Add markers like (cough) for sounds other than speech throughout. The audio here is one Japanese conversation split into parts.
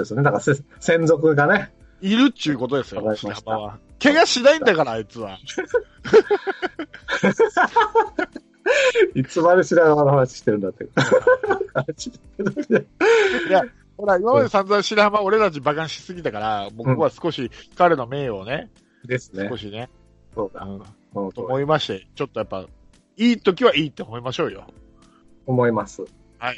ですね。だからせ、専属がね、 (laughs) いるっちゅうことですよわ、かり砂ました浜は。怪我しないんだから、あいつは。いつまで白髪の話してるんだって。 (laughs) いや、ほら、今まで散々白浜、俺たち馬鹿にしすぎたから、僕は少し彼の名誉をね、ですね少。しね、そううだ。ん、このと通り思いまして、ちょっとやっぱ、いい時はいいって思いましょうよ。思います。あ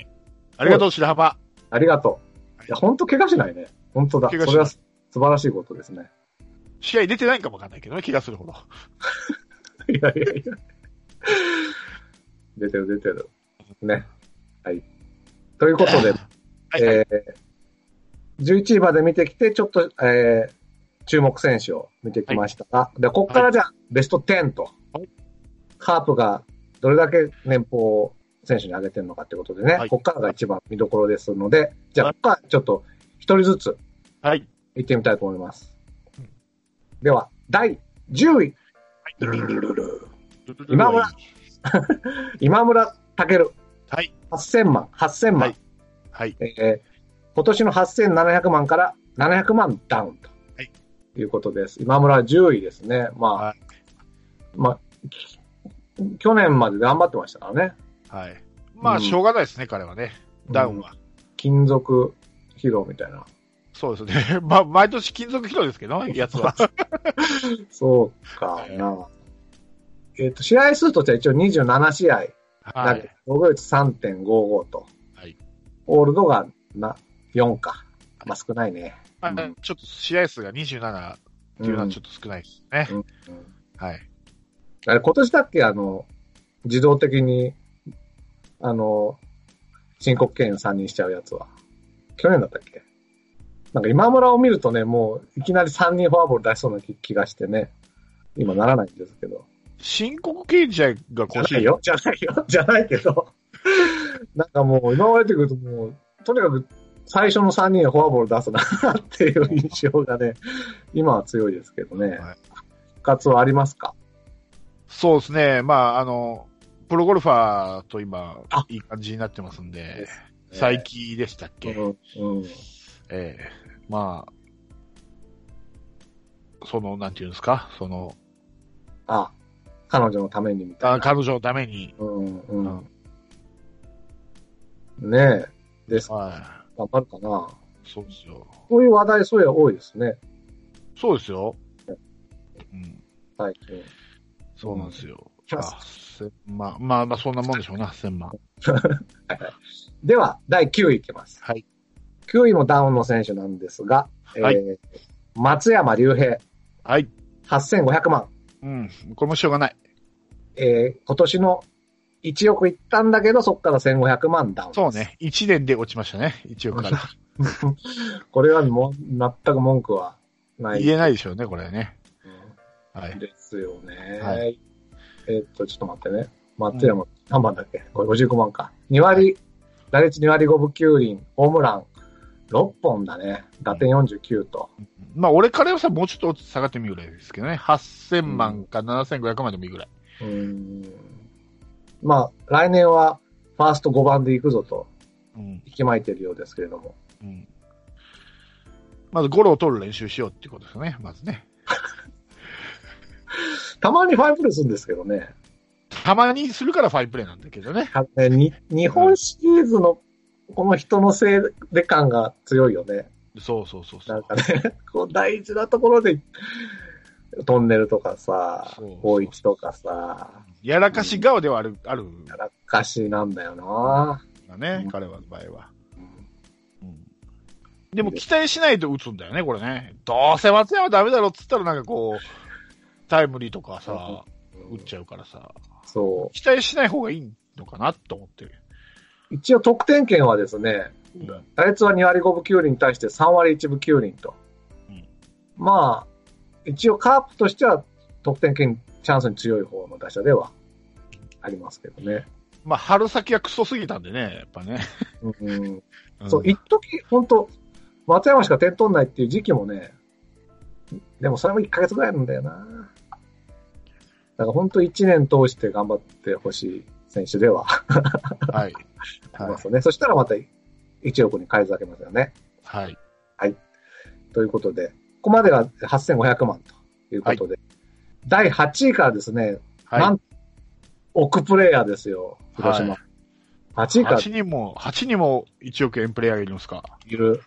りがとう、白浜。ありがとう。はいいや、本当怪我しないね。本当だ。そ怪我しないれは素晴らしいことですね。試合出てないかもわかんないけどね、気がするほど。いやいやいや。出てる出てる。ね。はい。ということで、 (laughs) はい、はいえー、11位まで見てきて、ちょっと、えー、注目選手を見てきましたが、で、こっからじゃあ、ベスト10と、はいカープがどれだけ年俸を選手に上げてるのかってことでね、はいこっからが一番見どころですので、じゃあ、はここからちょっと一人ずつはい。行ってみたいと思いますうん。では、第10位、今村今村健、はい。 8000万、8000万。はいはい。えー今年の8700万から700万ダウンとはいいうことです。今村は10位ですね。まあ、はいまあ、き去年まで頑張ってましたからね。はい。まうあ、んしょうがないですね、彼はね。ダウンは。金属疲労みたいな。そうですね。 (laughs) まあ、毎年金属疲労ですけど、やつ (laughs) は。そうかな。えっ、と、試合数としては一応27試合。は投げいて。防御率3.55と。はいオールドがな4か。まあ少ないね。まあうんちょっと試合数が27っていうのはちょっと少ないですね。うんうんはい。あれ、今年だっけ、あの、自動的に、あの、申告敬遠3人しちゃうやつは。去年だったっけなんか今村を見るとね、もういきなり3人フォアボール出しそうな気気がしてね、今ならないんですけど。申告敬遠試合がじゃな今い週、よ、じゃないよ、 (laughs) じゃないけど。なんかもう今までてくるともう、とにかく最初の3人がフォアボール出すなっていう印象がね、今は強いですけどね。はい復活はありますかそうですね。まあ、あの、プロゴルファーと今あ、いい感じになってますんで、最最近でしたっけ、うんうんええまあ、その、なんていうんですか、その、あ、彼女のためにみたいな。あ彼女のために、うんううんん。ねえ。です。は頑張るかな。い、そうですよ。そういう話題、そういうの多いですね。そうですよ。うん、最近。そうなんですよ。うんあ、千万。まあまあ、そんなもんでしょうな、千万。では、第9位いきます。はい。 9位もダウンの選手なんですが、はえー松山竜平、はい。 8500万。うん、これもしょうがない。えー今年の1億いったんだけど、そこから1500万ダウン。そう。ね。一年で落ちましたね、一 (laughs) 億から。これはもう、全く文句はない。言えないでしょうね、これね。うんはい。ですよね。はえーっと、ちょっと待ってね。松山、何番だっけこれ55万か。2割、打率2割5分9厘、ホームラン6本だね。打点49と。まあ、俺からさ、もうちょっと下がってみるぐらいですけどね。8000万か7500万でもいいぐらい。うーん。まあ、来年はファースト5番で行くぞと、うん。息巻いてるようですけれども。うん。まず、ゴロを取る練習しようっていうことですよね、まずね。たまにファイブプレーするんですけどね。たまにするからファインプレーなんだけどね。あねに日本シリーズのこの人のせいで感が強いよね。そうそうそうそなんう。かね、 (laughs) こう大事なところで、トンネルとかさそう、大一とかさ、やらかし顔ではある、あるやらかしなんだよな。がねう、ん彼はの場合は。うんうんでも期待しないと打つんだよね、これね。どうせ松山ダメだろっつったらなんかこう、タイムリーとかさ、打っちゃうからさ、そ期待しない方がいいのかなと思ってる。う。一応得点圏はですね、うん打率は2割5分9厘に対して3割1分9厘とうん。まあ、一応カープとしては得点圏チャンスに強い方の打者ではありますけどね。まあ、春先はクソすぎたんでね、やっぱね。うんんそう、一時本当松山しか点取んないっていう時期もね、でもそれも1ヶ月ぐらいなんだよな。だから本当1年通して頑張ってほしい選手でははあい。りはまい。すよね。そしたらまた1億に返り咲けますよね。はい。はい。ということで、ここまでが8500万ということで、第8位からですね、はい。なん億プレイヤーですよ、広島。は8位から8人も、8人も1億円プレイヤーがいるんですか。いる。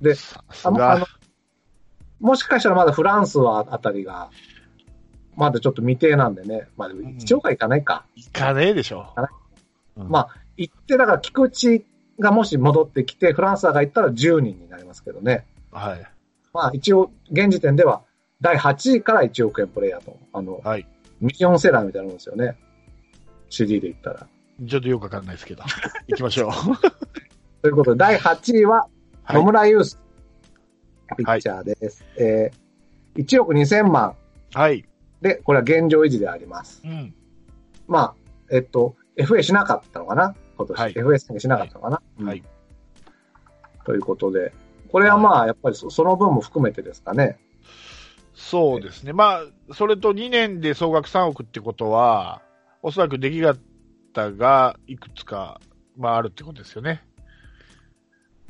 でさすあのあのが。もしかしたらまだフランスはあたりが、まだちょっと未定なんでね。まあでもうん1億はいかないか。いかねえでしょあ。うんまあ行って、だから菊池がもし戻ってきて、フランスが行ったら10人になりますけどね。はい。まあ一応、現時点では第8位から1億円プレイヤーと、あの、はい。ミリオンセラーみたいなもんですよね。CD で言ったら。ちょっとよくわかんない (laughs) ですけど。行きましょう。ということで、第8位ははい野村祐介、ピッチャーです。えー、1億2000万はい。で、これは現状維持であります。うん。まあ、えっと、FA しなかったのかな今年。はい FA 宣言しなかったのかな、うんはい。ということで。これはまあ、やっぱりそその分も含めてですかね。そうですね。まあ、それと2年で総額3億ってことは、おそらく出来方がいくつか、まああるってことですよね。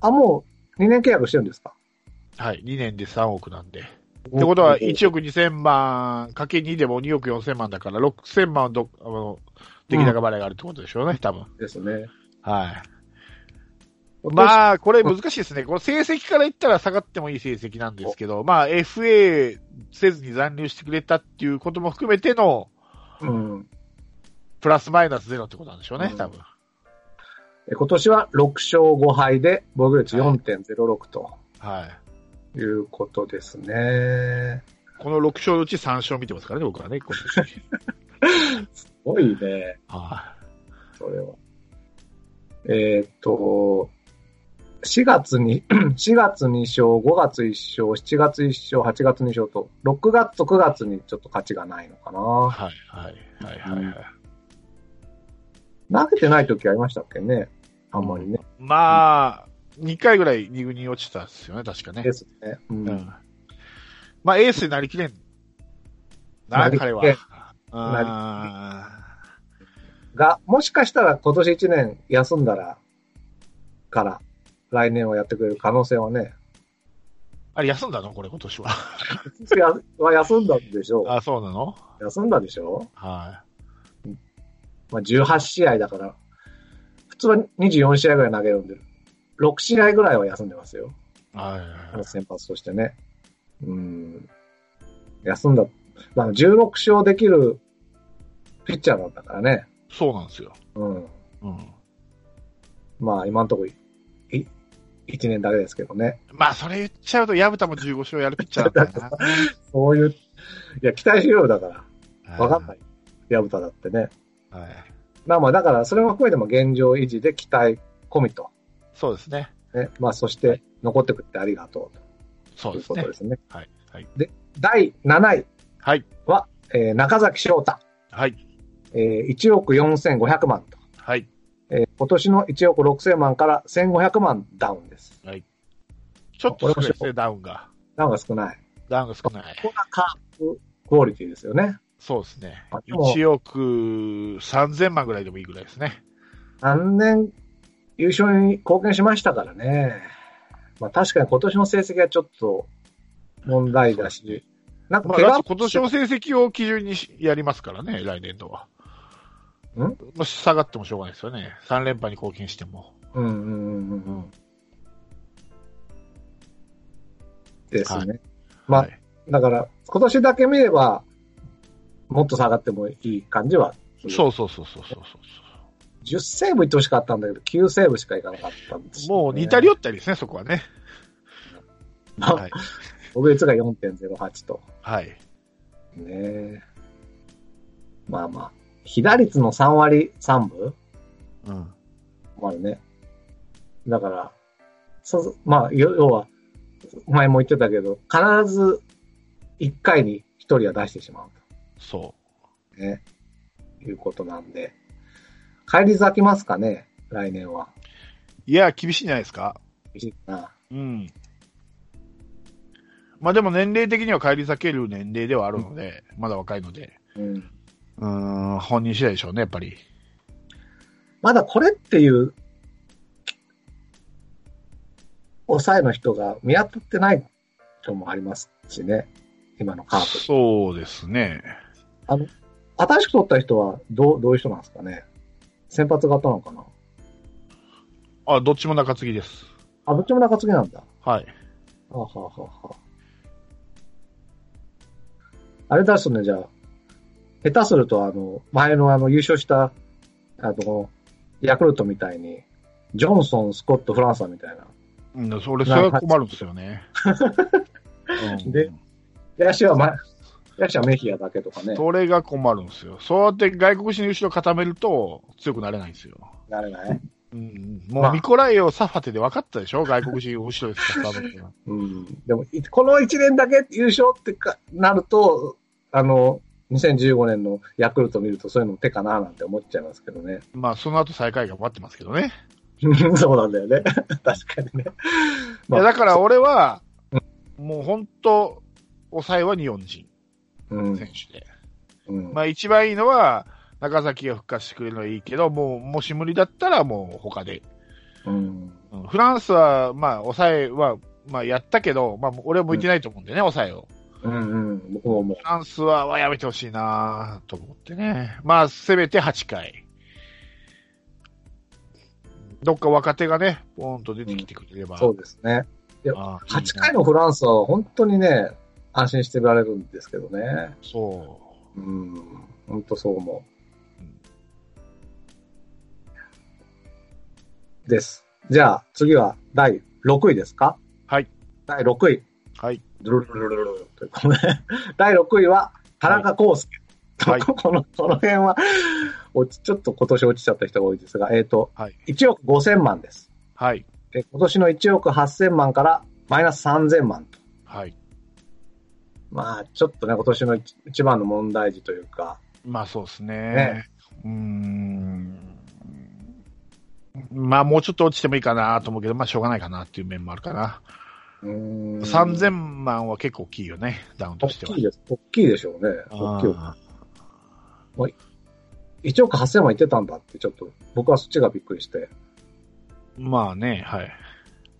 あ、もう2年契約してるんですかはい。2年で3億なんで。ってことは、1億。億2000万かけ2でも2億4000万だから、6000万ど、あの、出来高払いがあるってことでしょうね、多分。ですね。はい。あ、まあ、これ難しいですね。この成績から言ったら下がってもいい成績なんですけど、まあ、FA せずに残留してくれたっていうことも含めての、うん。プラスマイナスゼロってことなんでしょうねう、ん多分。え今年は6勝5敗で、防御率4.06とはい。いうことですね。この6勝のうち3勝見てますからね、僕はね、今年。すごいね、はそれは。えーっと、4月に、4月2勝、5月1勝、7月1勝、8月2勝と、6月と9月にちょっと勝ちがないのかい。な。はい、はい、はい、はいはい。投げてない時ありましたっけね。あんまりね。まあ、2回ぐらい2軍に落ちたんですよね、確かねで。すね。う。うんん。まあ、エースになりきれん。なな、りき彼れんは。あが、もしかしたら今年1年休んだら、から、来年はやってくれる可能性は (laughs) ね、あれ、休んだのこれ、今年は。やは休んだんでしょう。あ、そうなの休んだでしょうはまあ、18試合だから、普通は24試合ぐらい投げるんで、6試合ぐらいは休んでますよ。い。はい。先発としてね。うん。休んだ。まあ、16勝できるピッチャーだったからね。そうなんですよ。うん。うん。まあ、今のところ、い、1年だけですけどね。まあ、それ言っちゃうと、矢蓋も15勝やるピッチャーなんだよそういう、いや、期待しようよだかな。ら。 (laughs) わかんない。矢蓋だってね。はい。まあまあ、だから、それも含めても現状維持で期待込みと。そうですね。ね。まあ、そして、残ってくれてありがとそといううでうすことねで。すね。はい。はい。第7位。はい。えー中崎翔太、はい。えー1億4500万と、はい。えー今年の1億6000万から1500万ダウンです。ちょっと少ないですね、ダウンが。ダウンが少ない。ダウンが少ない。ここがカープクオリティですよね。そうですね。あでも1億3000万ぐらいでもいいぐらいですね。 3年優勝に貢献しましたからね。まあ確かに今年の成績はちょっと問題だし、なんかまあ、怪だっ我て今年の成績を基準にしやりますからね、来年度は。んもし下がってもしょうがないですよね。3連覇に貢献しても。うんうんうんうんうん。ですね。まあはい、だから、今年だけ見れば、もっと下がってもいい感じはする。そうそうそうそうそうそう10セーブいってほしかったんだけど、9セーブしかいかなかったんです、もう似たりよ。寄ったりですね、そこはね。まあはい。防御率が4.08と。はい。ねまあまあ。被打率の3割3分うん。までね。だから、そう、まあ、よ要は、前も言ってたけど、必ず1回に1人は出してしまうそと、ね、いうことなんで、帰り咲きますかね、来年は。う。いや、厳しいんじゃないですか。いいなうん。まあでも年齢的には帰り咲ける年齢ではあるので、まだ若いので。うん。うーん、本人次第でしょうね、やっぱり。まだこれっていう、抑えの人が見当たってない人もありますしね。今のカープ。そうですね。新しく取った人はどう、どういう人なんですかね。先発型なのかな。あ、どっちも中継ぎです。あ、どっちも中継ぎなんだ。はい。あはあはあはあ。あれ出すとね、じゃあ、下手すると、あの、前のあの、優勝した、あの、ヤクルトみたいに、ジョンソン、スコット、フランサーみたいな、うん、それ、それは困るんですよね。うんで野手は、ま、野手はメヒアだけとかね、それが困るんですよ。そうやって外国人の後ろ固めると強くなれないんですよ。なれない。うん、もう、まあミコライオ、サファテで分かったでしょ外国人後ろで使ったのってのはうん。でも、いこの1年だけ優勝ってかなると、あの、2015年のヤクルト見るとそういうの手かななんて思っちゃいますけどね。 (laughs) まあ、その後最下位が待ってますけどね。そうなんだよね。 (laughs) 確かにね。いやだから俺は、もう本当、抑えは日本人うん。選手で。うんまあ、一番いいのは、中崎が復活してくれるのはいいけど、もう、もし無理だったらもう他で。うん。うんフランスは、まあ、抑えは、まあ、やったけど、まあ、俺は向いてないと思うんでね、抑えを。うんうん。僕も思うフ。ランスははやめてほしいなと思ってね。まあ、せめて8回。どっか若手がね、ポーンと出てきてくれれば。そうですね。ああ8回のフランスは本当にね、安心してられるんですけどね。そうん。本当そう思う。です。じゃあ、次は第6位ですかはい。第6位。う。はい。ルルルルルルということで第6位は、田中康介。はいこの、この辺は、落ち、ちょっと今年落ちちゃった人が多いですが、えっ、と、はい1億5000万です。はい。で今年の1億8000万からマイナス3000万と。はい。まあ、ちょっとね、今年の一一番の問題児というか、まあ、そうですね。ねうーん。まあ、もうちょっと落ちてもいいかなと思うけど、まあ、しょうがないかなっていう面もあるかな。うーん3000万は結構大きいよね、ダウンと大してはきい。です。大きいでしょうね。大きいよ。あ1億8000万いってたんだって、ちょっと、僕はそっちがびっくりして。ーまあね、はい。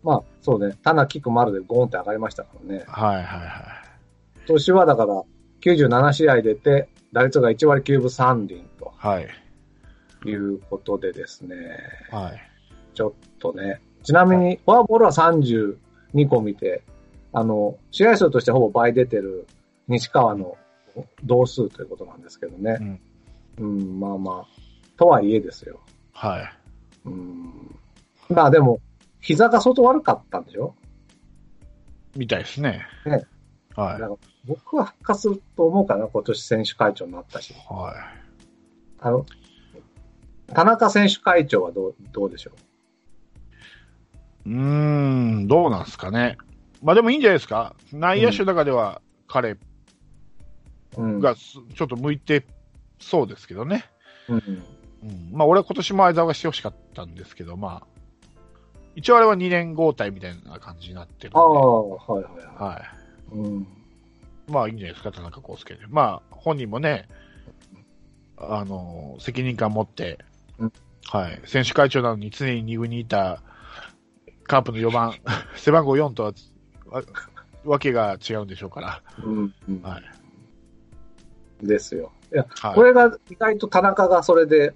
まあ、そうね、田中菊丸でゴーンって上がりましたからね。はいはいは今年はだから、97試合出て、打率が1割9分3厘とい。はい。いうことでですね、はい。ちょっとね、ちなみに、フォアボールは32個見て、あの、試合数としてほぼ倍出てる西川の同数ということなんですけどね。うん、まあまあ、とはいえですよ。はい。うん。まあでも、膝が相当悪かったんでしょみたいですね。ねはい。なんか僕は復活すると思うかな、今年選手会長になったし。はあの、田中選手会長はどう、どうでしょい。うーん、どうなんですかね。まあでもいいんじゃないですか。内野手の中では彼ううん。がすちょっと向いてそうですけどね。うん。うん、まあ俺は今年も相沢がしてほしかったんですけど、まあ、一応あれは2年交代みたいな感じになってるんでああ、はいはいは。はいうん。い。まあいいんじゃないですか、田中康介で。まあ本人もね、あの、責任感持って、うんはい、選手会長なのに常に2軍にいたカープの4番、 (laughs) 背番号4とはわわけが違うんでしょうから。うん。うんはい。ですよ。いや、はい、これが意外と田中がそれで、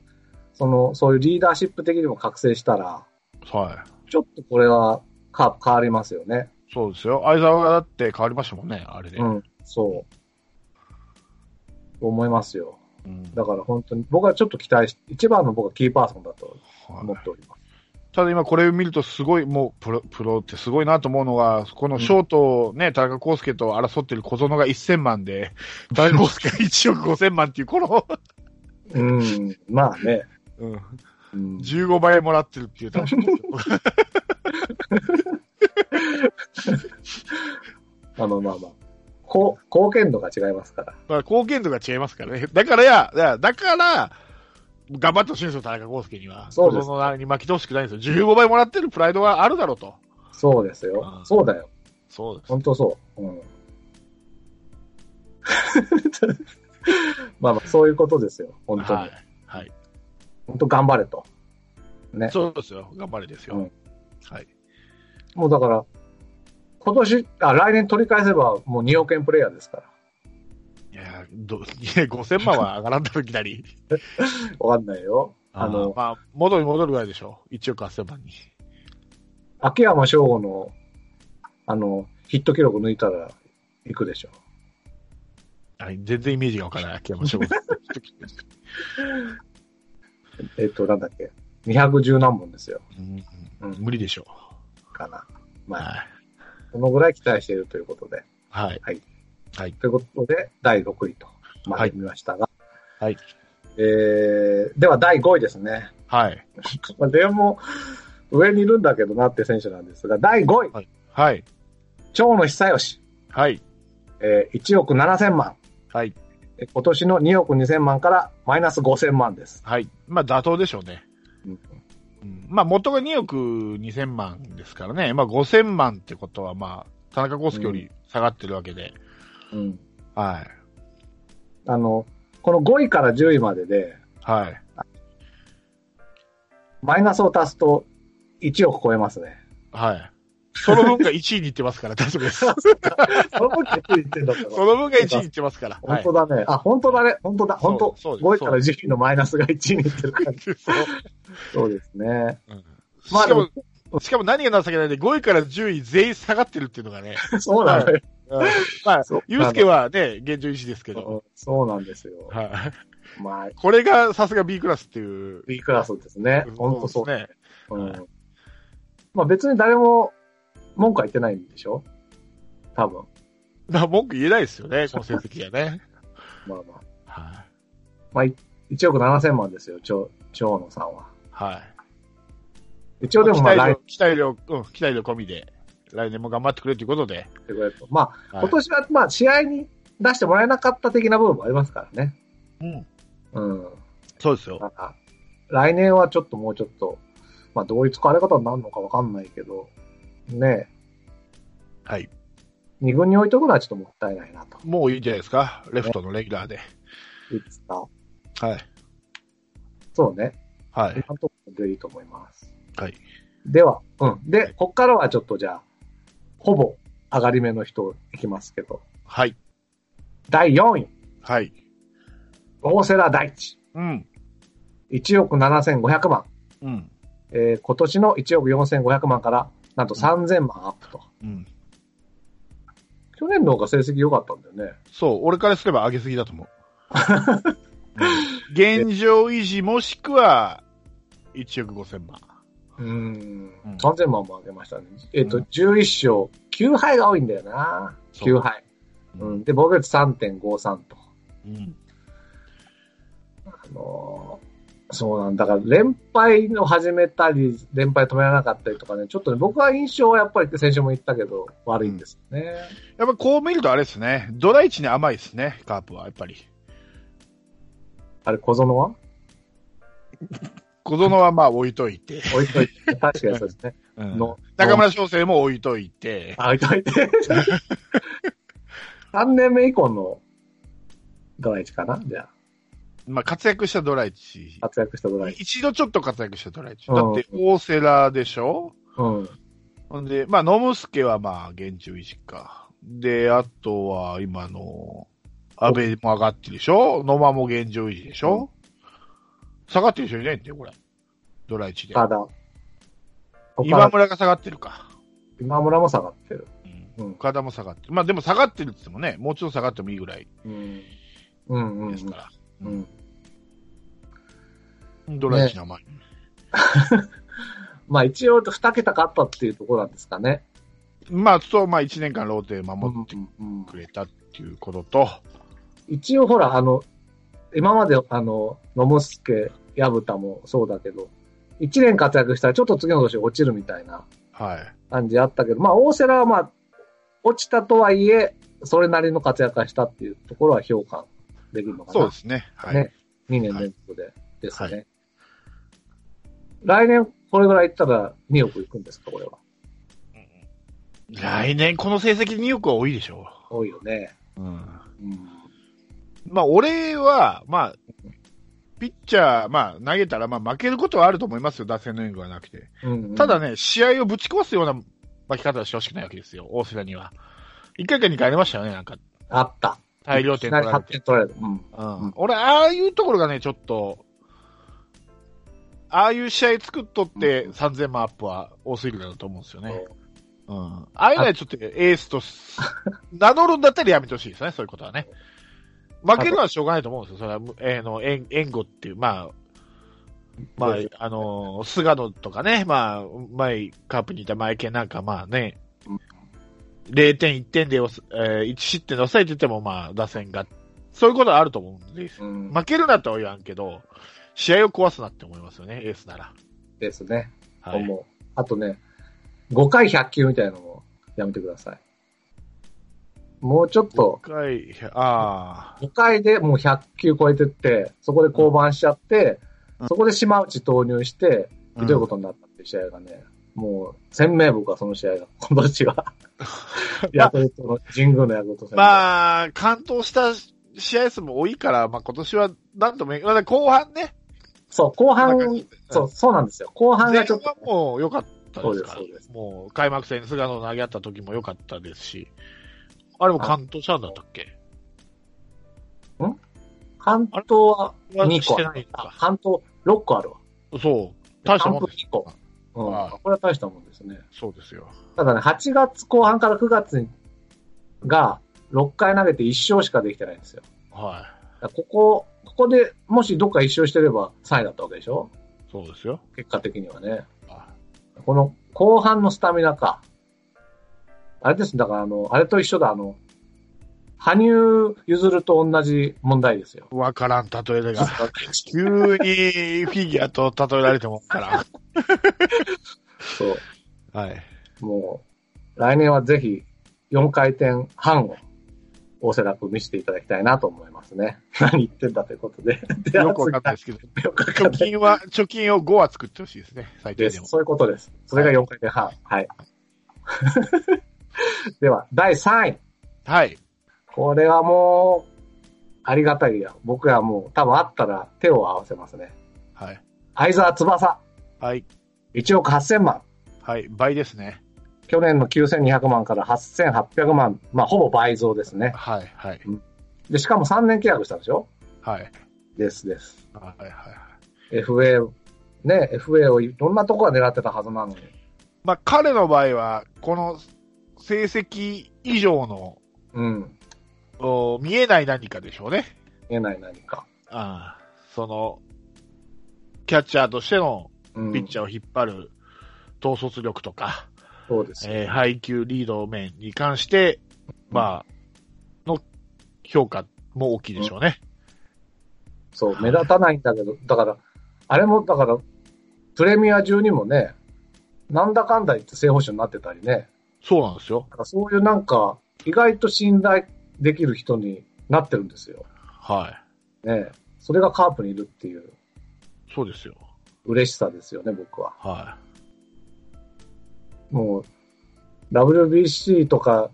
その、そういうリーダーシップ的にも覚醒したら、はちょっとこれはカープ変わりますよね。い。そうですよ。相沢がだって変わりましたもんね、あれで。うん。そう。思いますよ。うんだから本当に、僕はちょっと期待し、一番の僕はキーパーソンだとはい思っております。ただ今これを見るとすごい、もうプロ、プロってすごいなと思うのが、このショートをね、田中康介と争ってる小園が1000万で、田中康介が1億5000万っていう、この、うん。まあね。うん、うん15倍もらってるっていう、 (laughs) 確かに。あの、まあまあ。こう貢献度が違いますから。まあ、貢献度が違いますからね。だからや、だだから、頑張ってほしいんですよ、田中康介には。そうです小園に巻き通してくれないんですよ。15倍もらってるプライドがあるだろうと。そうですよあ。ーそうだよ。そうです。本当そう。 (laughs) うん。まあまあ、そういうことですよ。本当に。はい。はい。本当頑張れと。ね。そうですよ。頑張れですよ。うんはい。もうだから、今年、あ、来年取り返せばもう2億円プレイヤーですから。いや、どいや5000万は上がらんだろ、いきなり。わかんないよ。あのの、まあ、元に戻るぐらいでしょ。1億8000万に。秋山翔吾の、あの、ヒット記録抜いたら行くでしょ。はい、全然イメージがわからない、秋山翔吾。 (laughs) えっと、なんだっけ。210何本ですよ。うんうん無理でしょかな。う。まあ、はい。そのぐらい期待しているということで。はい。ということで、第6位と、まあ、はい見ましたが。はい。えー、では第5位ですね。はい。まあ、でも、上にいるんだけどなって選手なんですが、第5位、はい。長野久義、はい。えー1億7000万。はい。え今年の2億2000万からマイナス5000万です。はい。まあ、妥当でしょうね。うんうんまあ、元が2億2000万ですからね。まあ、5000万ってことは、まあ、田中康介より下がってるわけで。うん。はい。あの、この5位から10位までで、はい。マイナスを足すと1億超えます (laughs) ね。はい。その分が1位にいってますから、大丈 (laughs) 夫です。その時言ってんだったその分が1位にいってますから。は本い。当だね。あ、本当だね。本当だ。本当。そうそうです5位から10位のマイナスが1位にいってる (laughs) 感じ。 (laughs) そうそうですね。うんまあしかも、しかも何が情けないで、5位から10位全員下がってるっていう (laughs) のがね。そうなのよ。うんまあそう、ゆうすけはね、現状維持ですけど。そうなんですよ。はい。まあ、これがさすが B クラスっていう。 B クラスですね。本当そう。ですうね。ん。まあ別に誰も文句は言ってないんでしょ多分。まあ、文句言えないですよね、この成績がね。まあまあ。はまあい1億7千万ですよ、長長野さんは。い。はい。一応でもまあ期待来量、期待量、うん、期待量込みで、来年も頑張ってくれということで。年ってくれると。まあはい今年はまあ試合に出してもらえなかった的な部分もありますからね。うん。うん。そうですよ。なんか、来年はちょっともうちょっと、まあどういう使われ方になるのかわかんないけど、ねえはい。二軍に置いとくのはちょっともったいないなと。もういいんじゃないですか。レフトのレギュラーで。いいですかはい。そうね。はい。今のところでいいと思います。はい。では、うん。で、こっからはちょっとじゃあ、ほぼ上がり目の人いきますけど、はい。第4位、はい。大瀬良大地、うん。 1億7500万、うん。えー今年の1億4500万から、なんと3000万アップと。うん。去年の方が成績良かったんだよね。そう、俺からすれば上げすぎだ (laughs) と思う。うん現状維持もしくは、1億5000万。うーんうん3000万も上げましたね。えっ、と、うん11勝、9敗が多いんだよな。そう9敗。ううん。で、防御率3.53と。うん。あのーそうなんだから、連敗の始めたり、連敗止められなかったりとかね、ちょっとね、僕は印象はやっぱり先週も言ったけど、悪いんですよね。やっぱこう見るとあれですね、ドライチに甘いですね、カープは、やっぱり。あれ、小園は小園はまあ置いといて、置いといて、確かにそうですね。うんの中村翔成も置いといて、あ、置いといて。3年目以降のドライチかなじゃあ、まあ活躍したドライチ。活躍したドライチ。一度ちょっと活躍したドライチ。うんだって、大瀬良でしょうん。ほんで、まあ、ノムスケはまあ、現状維持か。で、あとは、今の、安倍も上がってるでしょ野間も現状維持でしょ、下がってる人いないんだよ、これ。ドラ1で。ただ、今岡村が下がってるか。今村も下がってる。う。うんん岡田も下がってる。まあ、でも下がってるって言ってもね、もうちょっと下がってもいいぐらいうん。うんうん、うん。ですから。うん。ドラ1の前、まあ一応2桁勝ったっていうところなんですかね。まあ、そう、まあ、1年間ローテ守ってうんうんくれたっていうことと、一応ほら、あの、今まで、あの、野茂助、薮田もそうだけど、一年活躍したらちょっと次の年落ちるみたいなはい。感じあったけど、まあ、大瀬良はまあ、落ちたとはいえ、それなりの活躍がしたっていうところは評価できるのかな。そうですね。はい。ね2年連続で、ですね。は来年これぐらいいったら2億いくんですか、これは。来年、この成績2億は多いでしょ多いよね。う。うん。うん。まあ、俺は、まあ、ピッチャー、まあ、投げたら、まあ、負けることはあると思いますよ、打線の援護はなくて。うんうんただね、試合をぶち壊すような巻き方をしてほしくないわけですよ、大瀬良には。一回か二回ありましたよね、なんか。あった。大量点取られ発て展。取られる。うん。うんうん俺、ああいうところがね、ちょっと、ああいう試合作っとってうん3000万アップは多すぎるだろうと思うんですよね。そううん。ああいうのはちょっとエースとす (laughs) 名乗るんだったらやめてほしいですね、そういうことはね。負けるのはしょうがないと思うんですよ。それは、むえーの、援援護っていう、まあ、まそうですあ、あの、菅野とかね、まあ、前、カープにいた前イなんか、まあねうん、 0点、1点でおす、えー1失点で抑えてても、まあ、打線が、そういうことはあると思うんですようん。負けるなとは言わんけど、試合を壊すなって思いますよね、エースなら。ですね。はい。思う。あとね、5回100球みたいなのもやめてください。もうちょっと、一回、あ5回でもう100球超えてって、そこで降板しちゃって、うんそこで島内投入して、あ。ひどいこととになったっていう試合がね、もう、鮮明僕はその試合が、 (laughs) 今年 (laughs) は。ヤクルトの、神宮のヤクルト戦。あ、まあ、完投した試合数も多いから、まあ今年はなんとも言えまだ後半ね。そう、後半なんか、そう、そうなんですよ。後半前がちょ半っとは、もう良かったですからそうですそうで。もう開幕戦に菅野投げ合った時も良かったですし、あれも完投したんだったっけ関東はあれ2個してないのあか、関東6個あるわ。そう。大したもんです完投一うん。ああこれは大したもんですね。そうですよ。ただね、8月後半から9月が6回投げて1勝しかできてないんですよ。はだからここ、ここでもしどっか1勝してれば3位だったわけでしょい。そうですよ。結果的にはね。あこの後半のスタミナか。あれです。だからあの、あれと一緒だ。あの、羽生結弦と同じ問題ですよ。わからん、例えだが。 (laughs) 急にフィギュアと例えられてもわかそう。らん。はい。もう、来年はぜひ4回転半を大瀬良く見せていただきたいなと思いますね。何言ってんだということで。で (laughs) よくわかんないですけど、 (laughs) よくわかん貯ない金は、貯金を5は作ってほしいですね、最低で。ですも。そういうことです。それが4回転半。はい。 (laughs) では、第3位。はい。これはもう、ありがたいや。僕はもう、多分あったら手を合わせますね。はい。相沢翼、はい。 1億8000万。はい。倍ですね。去年の9200万から8800万。まあ、ほぼ倍増ですね。はい。はい。で、しかも3年契約したんでしょはい。ですです。はい。はい。 FA、ね、FA をいろんなとこが狙ってたはずなのに。まあ、彼の場合は、この成績以上の、うん。お見えない何かでしょうね。見えない何か。ああその、キャッチャーとしてのうん。ピッチャーを引っ張る統率力とか、そうですよ。えー配球リード面に関して、まあ、の評価も大きいでしょうね。そう、目立たないんだけど、だから、あれも、だから、プレミア12もね、なんだかんだ言って正捕手になってたりね。そうなんですよ。だからそういうなんか、意外と信頼できる人になってるんですよ。はね。それがカープにいるっていうい。そうですよ。嬉しさですよね、僕は。はもう、WBC とか、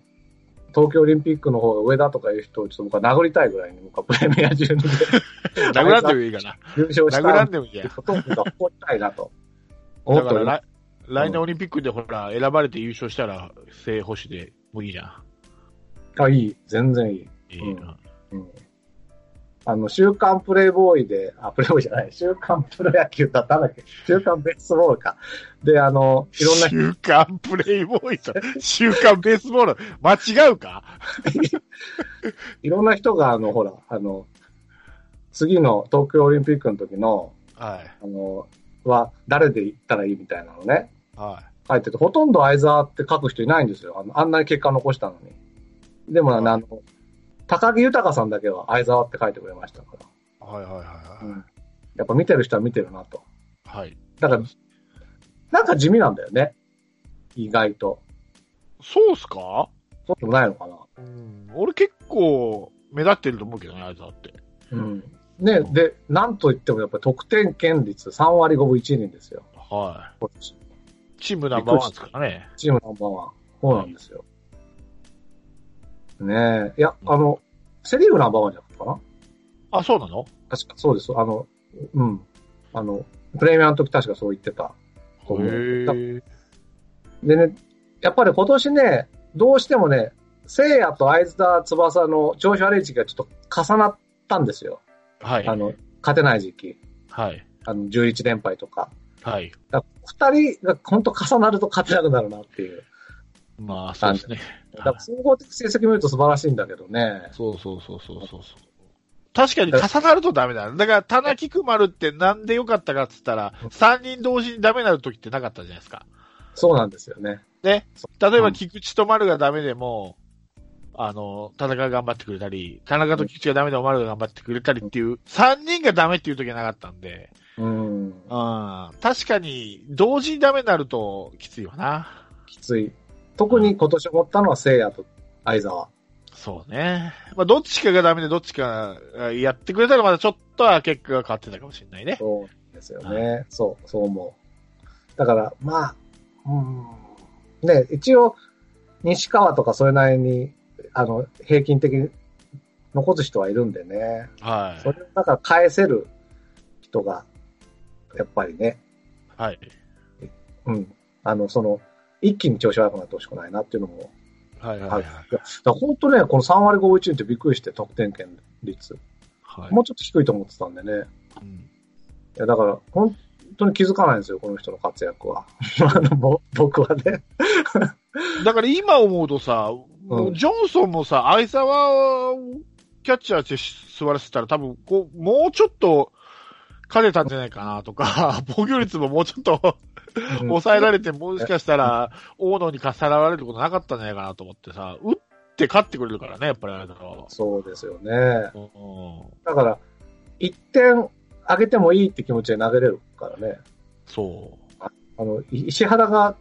東京オリンピックの方が上だとかいう人をちょっと僕は殴りたいぐらいに、僕は (laughs) プレミア12でい。 (laughs) 殴らんでもいいかな。優勝した殴らんでもいいっやて。ことを僕は誇りたいなと。だか思っておらります来、来年オリンピックでほら、選ばれて優勝したら、正捕手でもいいじゃん。あ、いい。全然いい。いいな。うんあの、週刊プレイボーイで、あ、プレイボーイじゃない、週刊プロ野球だったんだっけ週刊ベースボールか。で、あの、いろんな人、週刊プレイボーイと、 (laughs) 週刊ベースボール、間違うかいろんな人が、あの、ほら、あの、次の東京オリンピックの時の、はい。あの、は、誰で行ったらいいみたいなのね、は書いてて、ほとんど相沢って書く人いないんですよ。あのあんなに結果残したのに。でもね、あの、高木豊さんだけは相沢って書いてくれましたかい。はいはいら。はやっぱ見てる人は見てるなと。い。はい。だから、なんか地味なんだよね。意外と。そうっすかそうでもないのかな。うん。俺結構、目立ってると思うけどね、あいつだって。うん。ね、で、なんといってもやっぱり得点圏率3割5分1厘ですよ。はこっちい。チームナンバーワンですからね。チームナンバーワン。そうなんですよ。ねえ。いや、あの、セリーグナンバーワンじゃなかったかなあ、そうなの確かそうです。あの、うん。あの、プレミアの時確かそう言ってた。へでね、やっぱり今年ね、どうしてもね、聖夜と相田翼の調子悪い時期がちょっと重なったんですよ。はい。あの、勝てない時期。はい。あの、11連敗とか。はい。だから二人が本当重なると勝てなくなるなっていう。まあ、そうですね。だから総合的成績見ると素晴らしいんだけどね。そうそうそうそうそうそう。確かに重なるとダメだ。だから、棚木くまるってなんでよかったかっつったら、3人同時にダメになる時ってなかったじゃないですか。そうなんですよね。例えうば、ん菊池と丸がダメでも、あの、田中が頑張ってくれたり、田中と菊池がダメでも丸が頑張ってくれたりっていう、3人がダメっていう時はなかったんで、うん。うん。確かに、同時にダメになるときついわな。きつい。特に今年思ったのは聖夜と相沢。そうね。まあ、どっちかがダメでどっちかがやってくれたらまだちょっとは結果が変わってたかもしれないね。そうですよね。そう、そう思う。だから、まあ、うん。ね、一応、西川とかそれなりに、あの、平均的に残す人はいるんでね。はそいれ。を、だから返せる人が、やっぱりね、はい。うん。あの、その、一気に調子悪くなってほしくないなっていうのもはいはいあはいる。だから本当ね、この3割5分1ってびっくりして、得点圏率。はい。もうちょっと低いと思ってたんでね。うんいや、だから、本当に気づかないんですよ、この人の活躍は。 (laughs) あの、ぼ僕はね。だから今思うとさ、うんジョンソンもさ、相沢をキャッチャーして座らせたら多分こう、もうちょっと勝てたんじゃないかなとか、 (laughs) 防御率ももうちょっと抑えられて、もしかしたら大野にかっさらわれることなかったんじゃないかなと思ってさ、打って勝ってくれるからね、やっぱりあれだろそうですよね。う。うんだから、1点上げてもいいって気持ちで投げれるからね。そう。あの、い石原が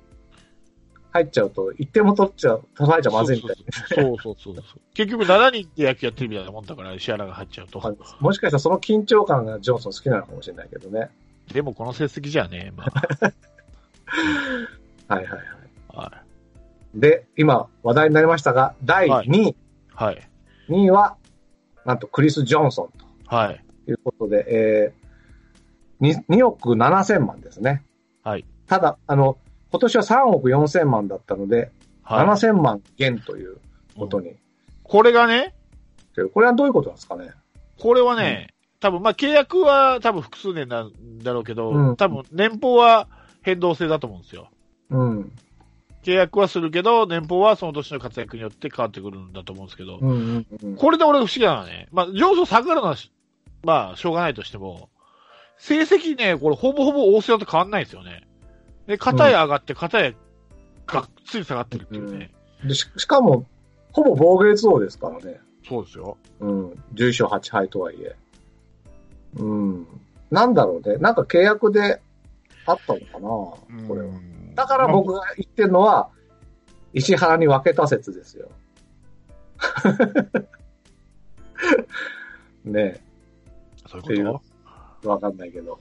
入っちゃうと、1点も取っちゃう、取られちゃまずいみたいそうそうそうそうそうそう。結局7人で野球やってるみたいなもんだから、石原が入っちゃうとな。感じです。もしかしたらその緊張感がジョンソン好きなのかもしれないけどね。でもこの成績じゃね、まはいはいはい。あ。はで、今話題になりましたが、第2位。い。はい。 2位は、なんとクリス・ジョンソンと。はい。ということで、えー、に 2, 億7千万ですね。はい。ただ、あの、今年は3億4千万だったので、はい7千万減ということに、これがね、というこれはどういうことなんですかね。これはね、多分まあ契約は多分複数年なんだろうけど、うん多分年俸は変動制だと思うんですよ。うん。契約はするけど、年俸はその年の活躍によって変わってくるんだと思うんですけど、うんうんうん。これで俺が不思議なのはね、まあ、上層下がるのはし、まあ、しょうがないとしても、成績ね、これほぼほぼ大瀬だと変わんないんですよね。で、片や上がって、片やがっつり下がってるっていうね。でししかも、ほぼ防御率王ですからね。そうですよ。うん。11勝8敗とはいえ。うん。なんだろうね。なんか契約であったのかな、これは。だから僕が言ってるのは、石原に分けた説です (laughs) よ。ねそうっていいううのこえ、わかんないけど。と、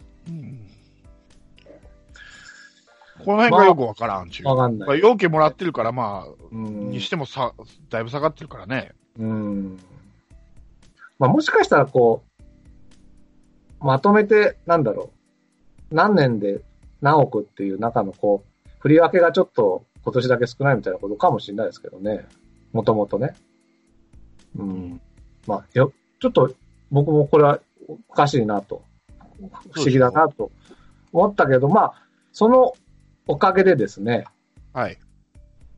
この辺がよくわからんちゅう。わかんまなあ、い。要件もらってるから、まあ、うんにしてもさ、だいぶ下がってるからね。うん。まあもしかしたらこう、まとめて、なんだろう、何年で何億っていう中のこう、振り分けがちょっと今年だけ少ないみたいなことかもしれないですけどね。もともとね。うん。まあ、よ、ちょっと僕もこれはおかしいなと、不思議だなと思ったけど、まあ、そのおかげでですね、はい。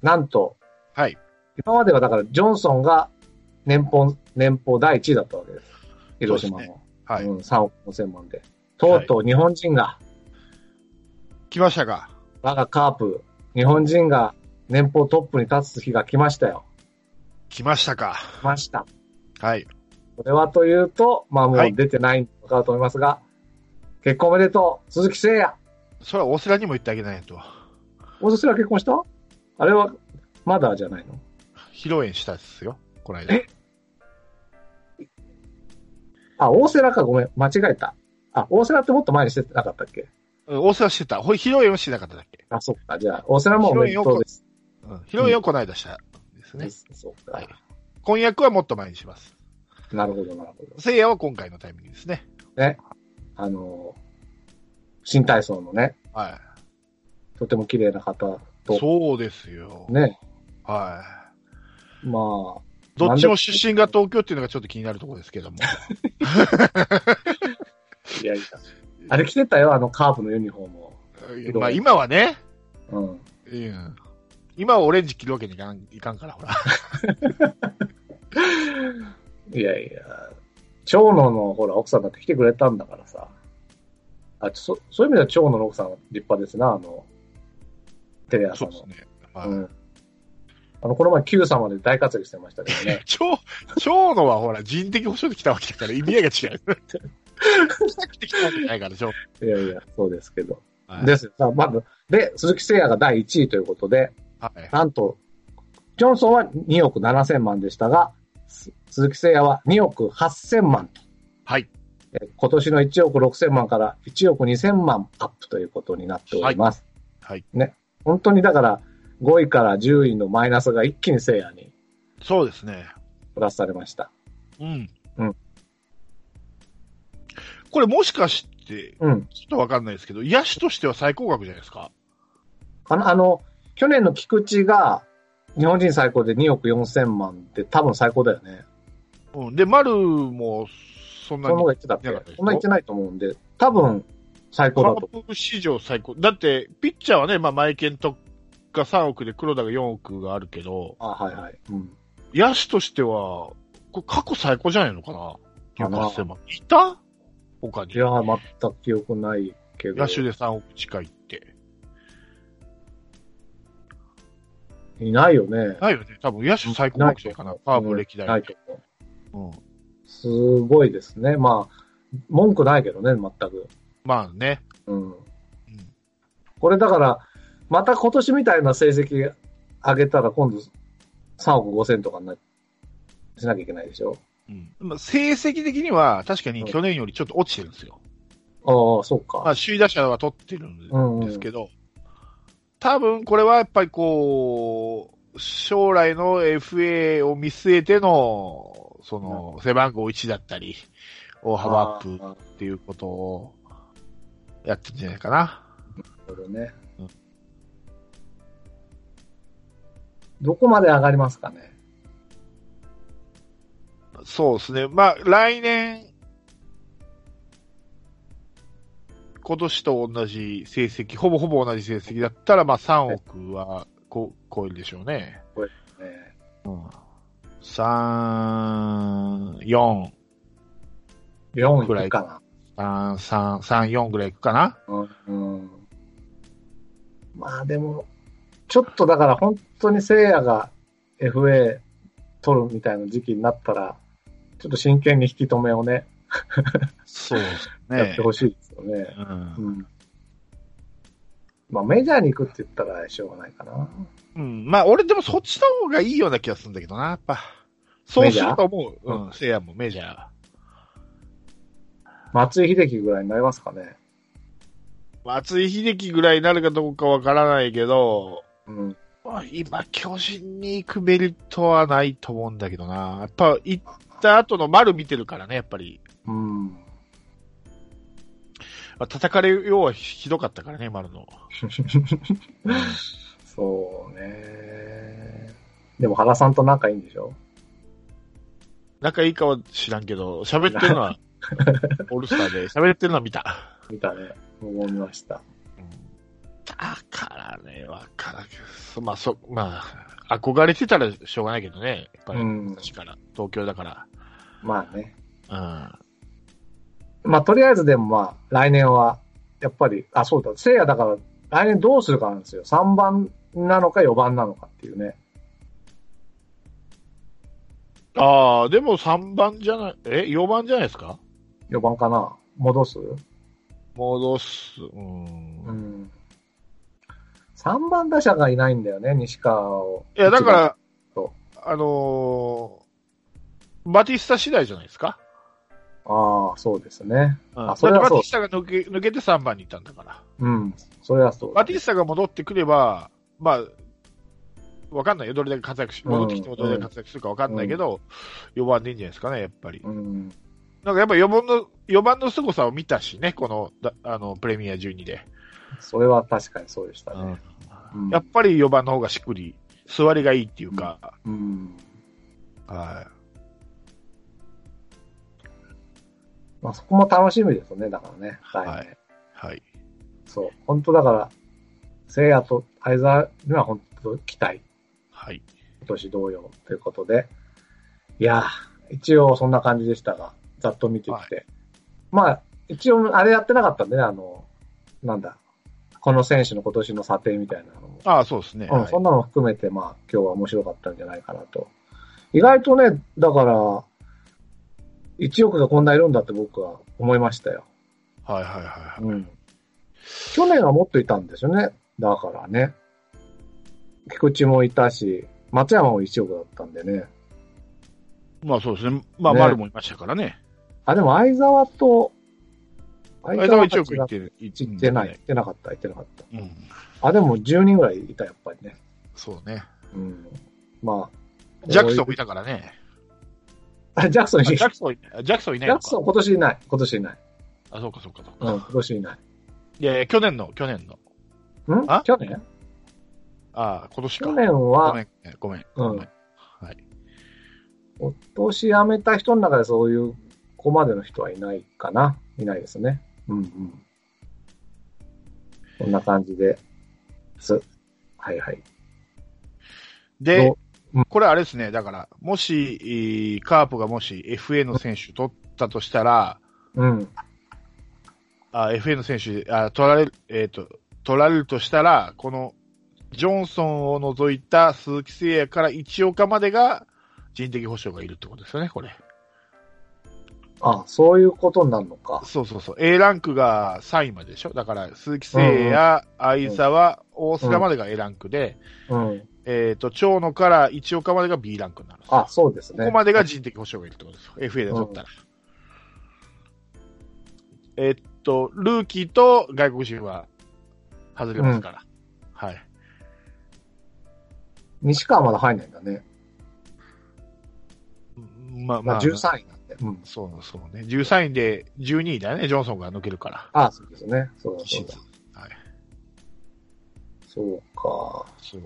なんと、はい。今まではだから、ジョンソンが年俸、年俸第1位だったわけです。広島の。そうではい。うん、3億5千万で。とうとう日本人が、来ましたか。我がカープ、日本人が年俸トップに立つ日が来ましたよ。来ましたか。来ました。はい。それはというと、まあもはうい出てないのかと思いますが、結婚おめでとう、鈴木誠也。それは大瀬良にも言ってあげないと。おすすら結婚したあれは、まだじゃないの披露宴したっすよ。この間。えあ、大瀬良か、ごめん、間違えた。あ、大瀬良ってもっと前にしてなかったっけうん大瀬良してた。ほい披露宴はしてなかっただっけ。あ、そっか、じゃあ、大瀬良もおめでとうです。うん。披露宴はこの間した。ですね。そうかはい。婚約はもっと前にします。なるほど、なるほど。聖夜は今回のタイミングですね。あのー、新体操のね、はい。とても綺麗な方とそうですよ。ね。はまあ、い。どっちも出身が東京っていうのがちょっと気になるところですけ (laughs) ども。いやいや。あれ着てたよ、あのカープのユニフォームを。まあ今はね、うん。うん、今はオレンジ着るわけにいかんいかんから、ほら。いやいや、長野のほら、奥さんだって来てくれたんだからさ。あ、そ、そういう意味では長野の奥さんは立派ですな、あの、テレ朝 (laughs) そうの。ですね。まあ。うん。あの、この前 Q 様で大活躍してましたけどね (laughs) 超、超のはほら人的保障で来たわけだから意 (laughs) 味合いが違う。来たくて来たわけじゃないから、超。いやいや、そうですけど。はいです。さあ、まず、で、鈴木誠也が第1位ということで、はい。なんと、ジョンソンは2億7千万でしたが、す鈴木誠也は2億8千万と。はい。えー今年の1億6千万から1億2千万アップということになっております。はい。ね。本当にだから、5位から10位のマイナスが一気に誠也にそうですね。プラスされました。うん。うんこれもしかして、うん。ちょっとわかんないですけど、野手としては最高額じゃないですか。かなあの、去年の菊池が、日本人最高で2億4千万って多分最高だよね。うん。で、丸も、そんそなの方がに言ってたっけいなかったでしょそんな言ってないと思うんで、多分最高だと。カープ史上最高。だって、ピッチャーはね、まあ、マイケンとが3億で黒田が4億があるけど、あ、はいはい。うん。野手としては、これ過去最高じゃないのかなかな ?9 0万。いた他に。いや、全く記憶ないけど。野手で3億近いって。いないよね。ないよね。多分野手最高額じゃないかな。カープ歴代ないでと思う。うん。すごいですね。まあ、文句ないけどね、全く。まあね。うん。うんこれだから、また今年みたいな成績上げたら今度3億5千とかになしなきゃいけないでしょ。うんまあ、成績的には、確かに去年よりちょっと落ちてるんですよ。ああ、そうか。まあ、首位打者は取ってるんでうん、うん。ですけど、多分これはやっぱりこう、将来の FA を見据えての、その、背番号1だったり、大幅アップああっていうことをやってんじゃないかな。なるほどねうん。どこまで上がりますかね。そうですね。まあ、来年、今年と同じ成績、ほぼほぼ同じ成績だったら、まあ3億はこ超えるでしょうね。ね3、4、 4位くらいか3、3、3、4ぐらいいくかなな。うん。うんまあでも、ちょっとだから本当に聖夜が FA 取るみたいな時期になったら、ちょっと真剣に引き止めをね、そうですやってほしいですよね。う。うんん。まあメジャーに行くって言ったらしょうがないかな。うん。まあ、俺でもそっちの方がいいような気がするんだけどな、やっぱ。そうすると思う。メジャーうん、せいやもメジャー。松井秀喜ぐらいになりますかね。松井秀喜ぐらいになるかどうかわからないけど、うん。まあ今、巨人に行くメリットはないと思うんだけどな。やっぱ、行った後の丸見てるからね、やっぱり。うん。 (laughs) まあ、叩かれようはひどかったからね、丸の。そうね。でも原さんと仲いいんでしょ仲いいかは知らんけど、喋ってるの (laughs) は、オールスターで喋ってるのは見た。見たね。思いました。だからね、わからんけどそ、まあ、そ、まあ、憧れてたらしょうがないけどね、やっぱり、うん昔から、東京だかまあね。ら。まあとりあえずでもまあ来年は、やっぱり、あ、そうだ、聖夜だから来年どうするかなんですよ。3番なのか4番なのかっていうね。うん。ああ、でも3番じゃない、え、4番じゃないですか4番かな戻す戻す、うん。うん。3番打者がいないんだよね、西川を。いや、だ一からそ、あのーバティスタ次第じゃないですか。番。ああ、そうですね。うん、あそれはだってそうバティスタが抜け抜けて3番に行ったんだから。うん。それはそうだバティスタが戻ってくれば、まあ、わかんないよ。どれだけ活躍し、うん戻ってきてもどれだけ活躍するかわかんないけど、4番でいいんじゃないですかね、やっぱり。うん。なんかやっぱ4番の、四番の凄さを見たしね、この、だあの、プレミア12で。それは確かにそうでしたね。うんうんやっぱり4番の方がしっくり、座りがいいっていうか、うん。はまあ、そこも楽しみですね、だからね。い。はい。はい。はい。そう。本当だから、聖夜と相沢には本当期待。はい。今年同様ということで。いやー、一応そんな感じでしたが、ざっと見てきて。まあ、一応あれやってなかったんでね、あの、なんだ。この選手の今年の査定みたいなのも。ああ、そうですね。うん、はいそんなのも含めて、まあ、今日は面白かったんじゃないかなと。意外とね、だから、1億がこんないるんだって僕は思いましたよ。はいはいはいはうい。ん。去年はもっといたんですよね。だからね。菊池もいたし、松山も1億だったんでね。まあそうですね。まあ、ね丸もいましたからね。あ、でも相沢と、相相沢はたち1億いがってる。い行ってない、行ってなかった、行ってなかった。うん。あ、でも10人ぐらいいた、やっぱりね。そうね。うん。まあ。ジャクソンこもいたからね。ういう。ジャクソンあ (laughs) いなジい。ジャクソンいない。ジャクソンいないャのクかソ。ン今年いない。今年いない。あ、そうかそうかそううん、か。今年いない。いやいや、去年の、去年の。んあ去年ああ、今年か去。年ごはめ、ん、ごめん。うごんめん。はい。今年辞めた人の中でそういう、ここまでの人はいないかな。いないですね。うんうん。こんな感じです。はいはい。でど、うんこれあれですね、だから、もし、えーカープがもし FA の選手取ったとしたら、うん。あ FA の選手、あ取られる、えっ、と、取られるとしたら、この、ジョンソンを除いた鈴木誠也から一岡までが人的保障がいるってことですよね、これ。あ、そういうことになるのか。そうそうそう。A ランクが3位まででしょだから、鈴木誠也や相沢、大須賀までが A ランクで、うん。えっ、と、長野から一岡までが B ランクになるんですよあ、そうですこね。こまでが人的保障がいるってことですよ。FA で取ったら。えっと、ルーキーと外国人は外れますから。はい。西川まだ入んないんだね。ままあまあ、あ、 13位なんで。うん。そうそうね。13位で12位だよね、ジョンソンが抜けるから。あ、そうですね。そうだそうだ。はい。そうか。そう。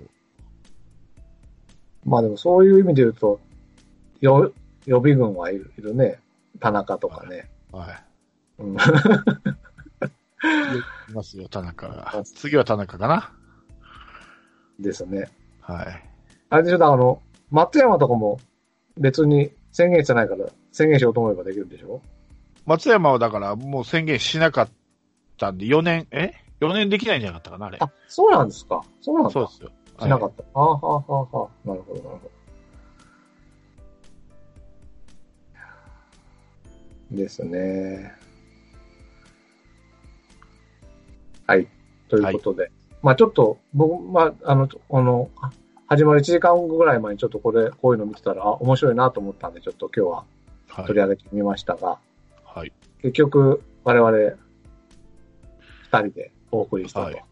まあでもそういう意味で言うと、よ予備軍はいるいるね。田中とかね。はい。うん、 (laughs) いますよ、田中が。次は田中かな。ですね。はい。あれでしょ、だからあの、松山とかも別に宣言してないから、宣言しようと思えばできるでしょ松山はだからもう宣言しなかったんで、4年、え ?4 年できないんじゃなかったかな、あれ。あ、そうなんですか。そうなんだ。そうですよ。しなかはいった。あはあはあはあ。なるほど、なるほど。ですね。はい。ということで。まあちょっと、僕、まああの、この、あ始まる1時間ぐらい前にちょっとこれ、こういうの見てたら、あ、面白いなと思ったんで、ちょっと今日は取り上げてみましたが、はい。はい。結局、我々、二人でお送りしたはい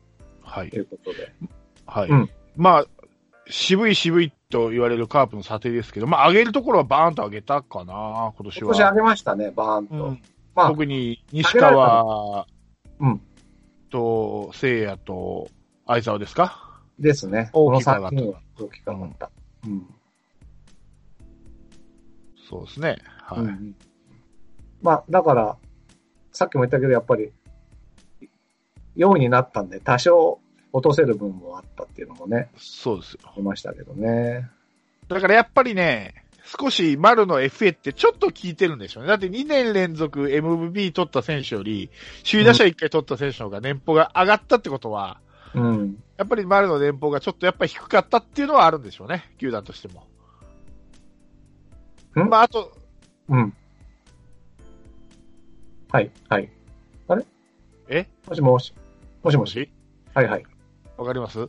はいと。いうことで。はい。うんまあ、渋い渋いと言われるカープの査定ですけど、まあ、上げるところはバーンと上げたかな、今年今年上は。げましたね、バーンと。うん、まあ、特に西上げられた川うん。と誠也と相沢ですかですね。大きく上がっこたの3人は大きく上がった。うん。そうですね。はい。うんまあ、だから、さっきも言ったけど、やっぱり、4位になったんで、多少落とせる分もあったっていうのもね、そうですよ。ありましたけどね。だからやっぱりね、少し丸の FA ってちょっと効いてるんでしょうね。だって2年連続 MVP 取った選手より、首位打者1回取った選手の方が年俸が上がったってことは、うん。やっぱり丸の年俸がちょっとやっぱり低かったっていうのはあるんでしょうね、球団としても。んまあ、あと、うん。はい、はい。えもしもし。もしももし。しはいはい。わかります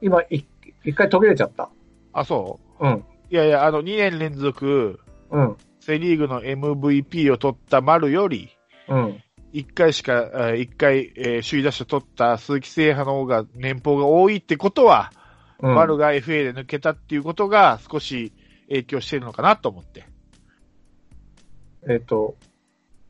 今、い一回途切れちゃった。あ、そうん。ういやいや、あの、2年連続、うん。セリーグの MVP を取った丸より、うん。 1回しか、えー1回、えー首位打者取った鈴木誠也派の方が年俸が多いってことは、うん、丸が FA で抜けたっていうことが少し影響してるのかなと思って。えっ、と、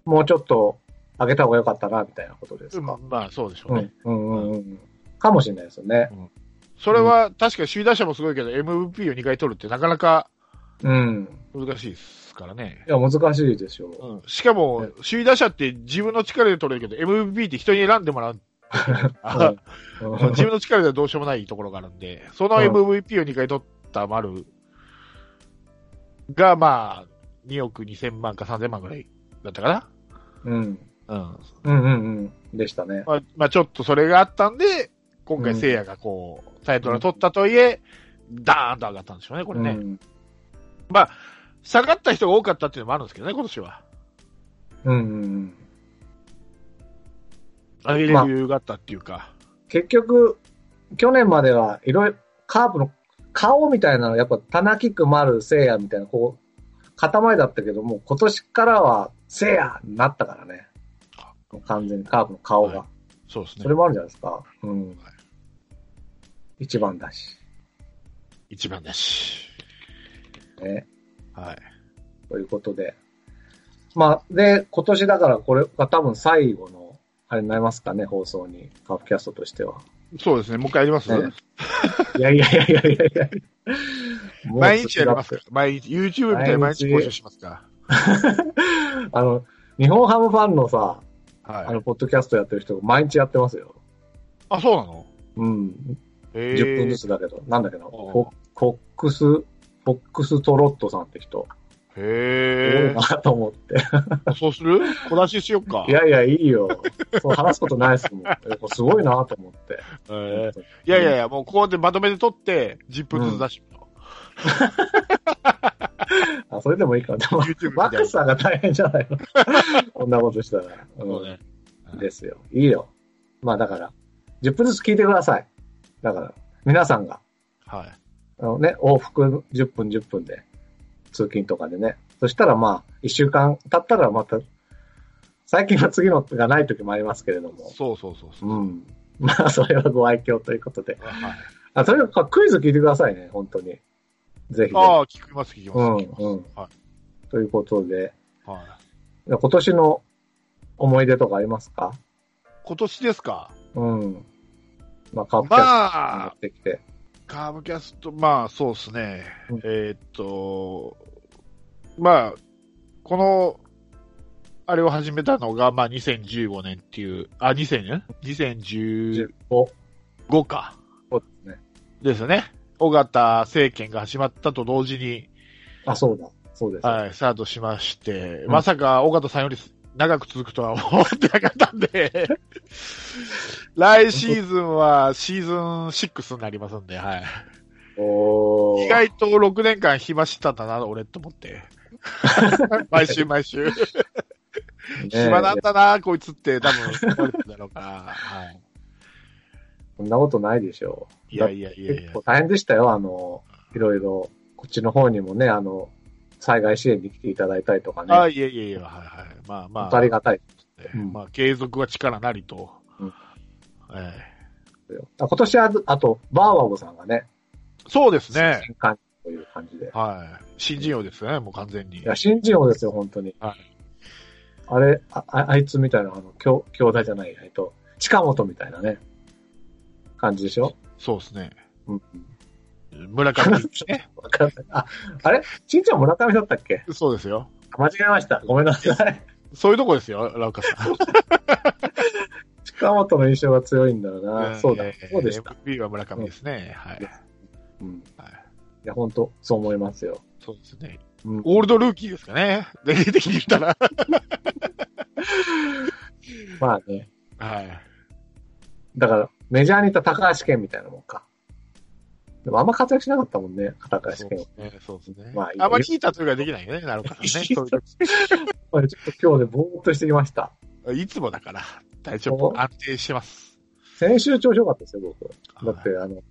もうちょっと上げた方が良かったな、みたいなことですか。まあ、そうでしょううねん。うんうんうんかもしれないですよね。うんそれは確か首位打者もすごいけど、MVP を2回取るってなかなかうん。難しいですからね。いや、難しいでしょう。うん、しかもね、首位打者って自分の力で取れるけど、MVP って人に選んでもら (laughs) う。あうんの自分の力ではどうしようもないところがあるんで、そのうん MVP を2回取った丸が、まあ、2億2000万か3000万ぐらいだったかうん。な。ううん。んうんうん。でしたね。まあ、まあ、ちょっとそれがあったんで、今回うん聖夜がこう、タイトルを取ったとはいえ、ダーンと上がったんでしょうね、これね。うん。下がった人が多かったっていうのもあるんですけどね、今年は。うんうんうん。上げれる余裕があったっていうか。結局、去年まではいろいろ、カープの顔みたいなの、やっぱ、田中く丸、聖夜みたいな、こう、塊だったけども、今年からは、聖夜になったからね。完全にカープの顔が。はそうですそれね。もあるんじゃないですか。うん。一番だし。一番だし。ね。はい。ということで。まあ、で、今年だからこれが多分最後の、あれになりますかね、放送に、カープキャストとしては。そうですね。もう一回やります、ねいやいやいやいやいやいや。もう毎日やりますから。毎日、YouTube みたいに毎日毎日更新しますかあの、日本ハムファンのさ、ら。あはい。の、ポッドキャストやってる人、毎日やってますよ。あ、そうなのうん。え10分ずつ。つだけど、なんだっけど、んフォフォックス、フォックストロットさんって人、多いへなと思って。え。そうする小出ししよっか。いやいや、いいよ。そう話すことないですもん。 (laughs) やっぱすごいなと思って。えーいやいやいや、もうここでまとめて撮って、10分ずつ出してみよあ、それでもいいか。でも YouTube みたい、なマックスさんが大変じゃないの (laughs) こんなことしたら。う。うんそうね。ですよ。いいよ。まあだから、10分ずつ聞いてください。だから、皆さんが、はい。あのね、往復10分10分で、通勤とかでね。そしたらまあ、1週間経ったらまた、最近は次のがない時もありますけれども。そうそうそうそう。うん。 (laughs) まあ、それはご愛嬌ということで。はいあ、とにかくクイズ聞いてくださいね、本当に。ぜひ、ね。ああ、聞きます、聞きます。聞きますうんうんはということで、い。はい。今年の思い出とかありますか今年ですかうん。まあ、カープキャストにまなあっ、てきて。カーブキャスト、まあそうですね。うんえーっと、まあ、この、あれを始めたのが、まあ2015年っていう、あ、2000年10個 ?2015 か。そうですね。ですよね。尾形政権が始まったと同時に、あ、そうだ。そうです。はい、スタートしまして、うんまさか尾形さんより長く続くとは思ってなかったん (laughs) で、来シーズンはシーズン6になりますんで、はい。おー意外と6年間暇してたんだな、俺って (laughs) 思って。毎週毎週。ねえ暇なんだな、こいつって多分思われてただろうから。はい。そんなことないでしょう。いやいやいやい結や構。大変でしたよ、あの、いろいろ。こっちの方にもね、あの、災害支援に来ていただいたりとかね。あいやいやいや、はいはい。まあま本当あ、ありがたいうんまあ、継続は力なりと。うんえですよ。あ今年は、あと、バーワゴさんがね、えそうですね。新刊という感じで。はい。新人王ですね、もう完全にい。や、新人王ですよ、本当に。はいあれ、あああいつみたいな、あの、兄兄弟じゃない、えっと、近本みたいなね、感じでしょそうですね。うん。村上。 (laughs) ね、わかんない。あ、あれ新人王村上だったっけそうですよ。間違えました。ごめんなさ (laughs) い。そういうとこですよ、ラウカさん。近本の印象が強いんだろうな。そうだええ、そうでした。 MVP は村上ですね。はい。うん。はいいや、本当そう思いますよ。そうですね。うんオールドルーキーですかね。年齢的に言ったら。まあね。はい。だから、メジャーにいた高橋健みたいなもんか。でもあんま活躍しなかったもんね、高そ橋うで健すね。そうですね。まああいいよまりいい例えができないよね、なるか (laughs) らね。そういうこれちょっと今日でぼーっとしてきました。時いつもだから、大丈夫。そう安定してます。先週調子良かったですよ、僕。だっはて、あの、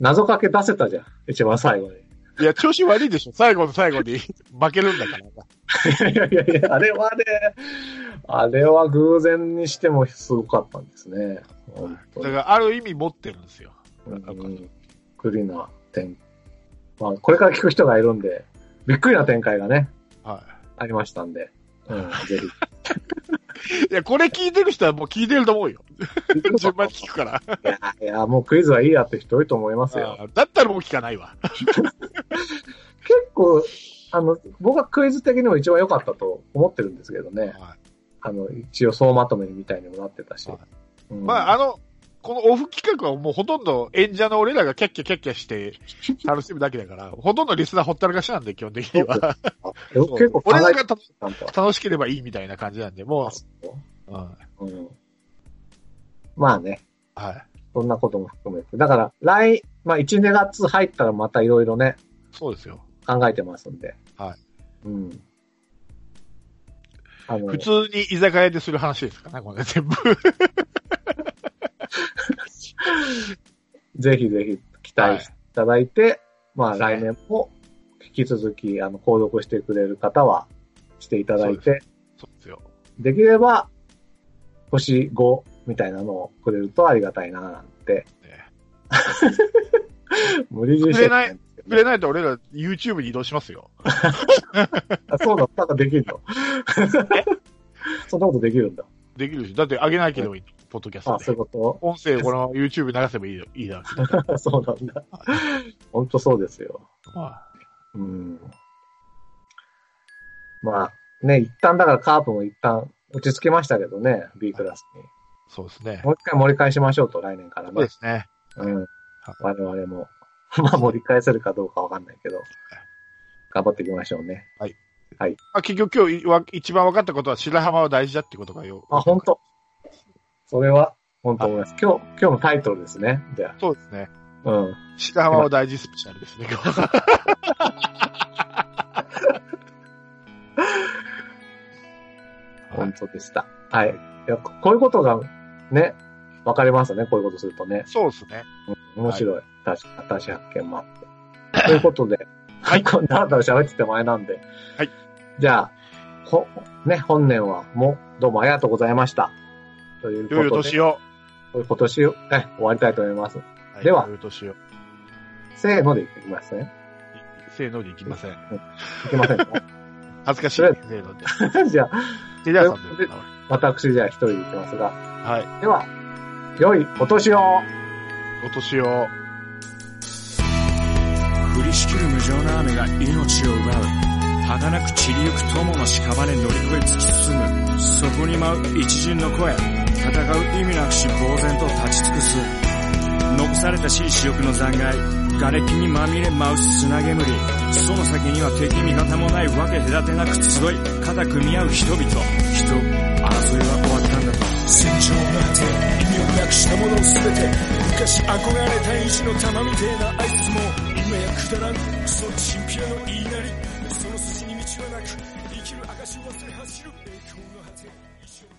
謎かけ出せたじゃん。一番最後に。いい、いや、調子悪いでしょ。最後の最後に負けるんだから。やいやいや、あれはね、あれは偶然にしてもすごかったんですね。本当だかに。ら、ある意味持ってるんですよ。うんびっくりな展まあ、これから聞く人がいるんで、びっくりな展開がね、はありましたんで、うん、ぜひ。いや、これ聞いてる人はもう聞いてると思うよ。順番に聞くから。いや、いや、もうクイズはいいやって人多いと思いますよ。あーだったらもう聞かないわ。結構、あの、僕はクイズ的にも一番良かったと思ってるんですけどね。はあの、一応総まとめみたいにもなってたしはい。うんまあ、あの、このオフ企画はもうほとんど演者の俺らがキャッキャキャッキャして楽しむだけだから、ほとんどリスナーほったらかしなんで、基本的には。結構考俺らえが楽たんだ。楽しければいいみたいな感じなんで、もあそうう、うん、はうんまあね、い。そんなことも含めて。だから、来、まあ1、2月入ったらまたいろいろね、そうですよ。考えてますんで。。はいうん。あの、普通に居酒屋でする話ですからね、これ全部。ぜひぜひ期待していただいて、まあそうで来すね年も引き続き、あの、購読してくれる方はしていただいそて、そうですよ。できれば、星5みたいなのをくれるとありがたいななんて。無理強いしてんですけどくれないと俺ら YouTube に移動しますよ。あそうだ、なんかできるの。 (laughs) そんなことできるんだ。できるし、だって上げなければいい、ポッドキャストあ、でそういうこ音声をこの YouTube 流せばいいよいいだろうしと (laughs) そうなんだ。本当そうですよ。まうん。まあ、ね、一旦だからカープも一旦落ち着きましたけどね、B クラスに。あそうですね。もう一回盛り返しましょうと、来年からそうねで。すね。うん。我々も。 (laughs) まあ、盛り返せるかどうかわかんないけど。頑張っていきましょうね。まあ、結局今日いわ一番分かったことは白浜は大事だってことがよ。あ、本当それは、本当思います。今日、今日のタイトルですね。じゃそうですね。あ。うん。白浜は大事スペシャルですね。今日 (laughs) 本当でした。はい。いや、ここういうことが、ね、わかりますね。こういうことするとね。そうですね。面白い。確か、新しい発見もあって。ということで、はい (laughs) こんなだらだら喋ってて前なんで。はい。じゃあ、ほ、ね、本年はもう、どうもありがとうございました。という良いおこと年で、を。今年を、ね、終わりたいと思います。いでは良いお年を。いせーのでいきますね。せーのでいきません。いきませんか (laughs) 恥ずかしい。せーので。じゃあ、テレ朝さんで。私じゃあ一人でいきますが。はでは、良いお年をい。お年を。降りしきる無情な雨が命を奪う儚く散りゆく友の屍に乗り越え突き進むそこに舞う一陣の声戦う意味なくし呆然と立ち尽くす残されたしい死翼の残骸瓦礫にまみれ舞う砂煙その先には敵味方もないわけ隔てなく集い肩組み合う人々人争いは終わったんだと戦場なんて意味をなくしたものを全て昔憧れた意地の玉みてえなあいつも今やくだらんクソチンピラの言いなりその筋に道はなく生きる証を忘れ走る栄光の果て一生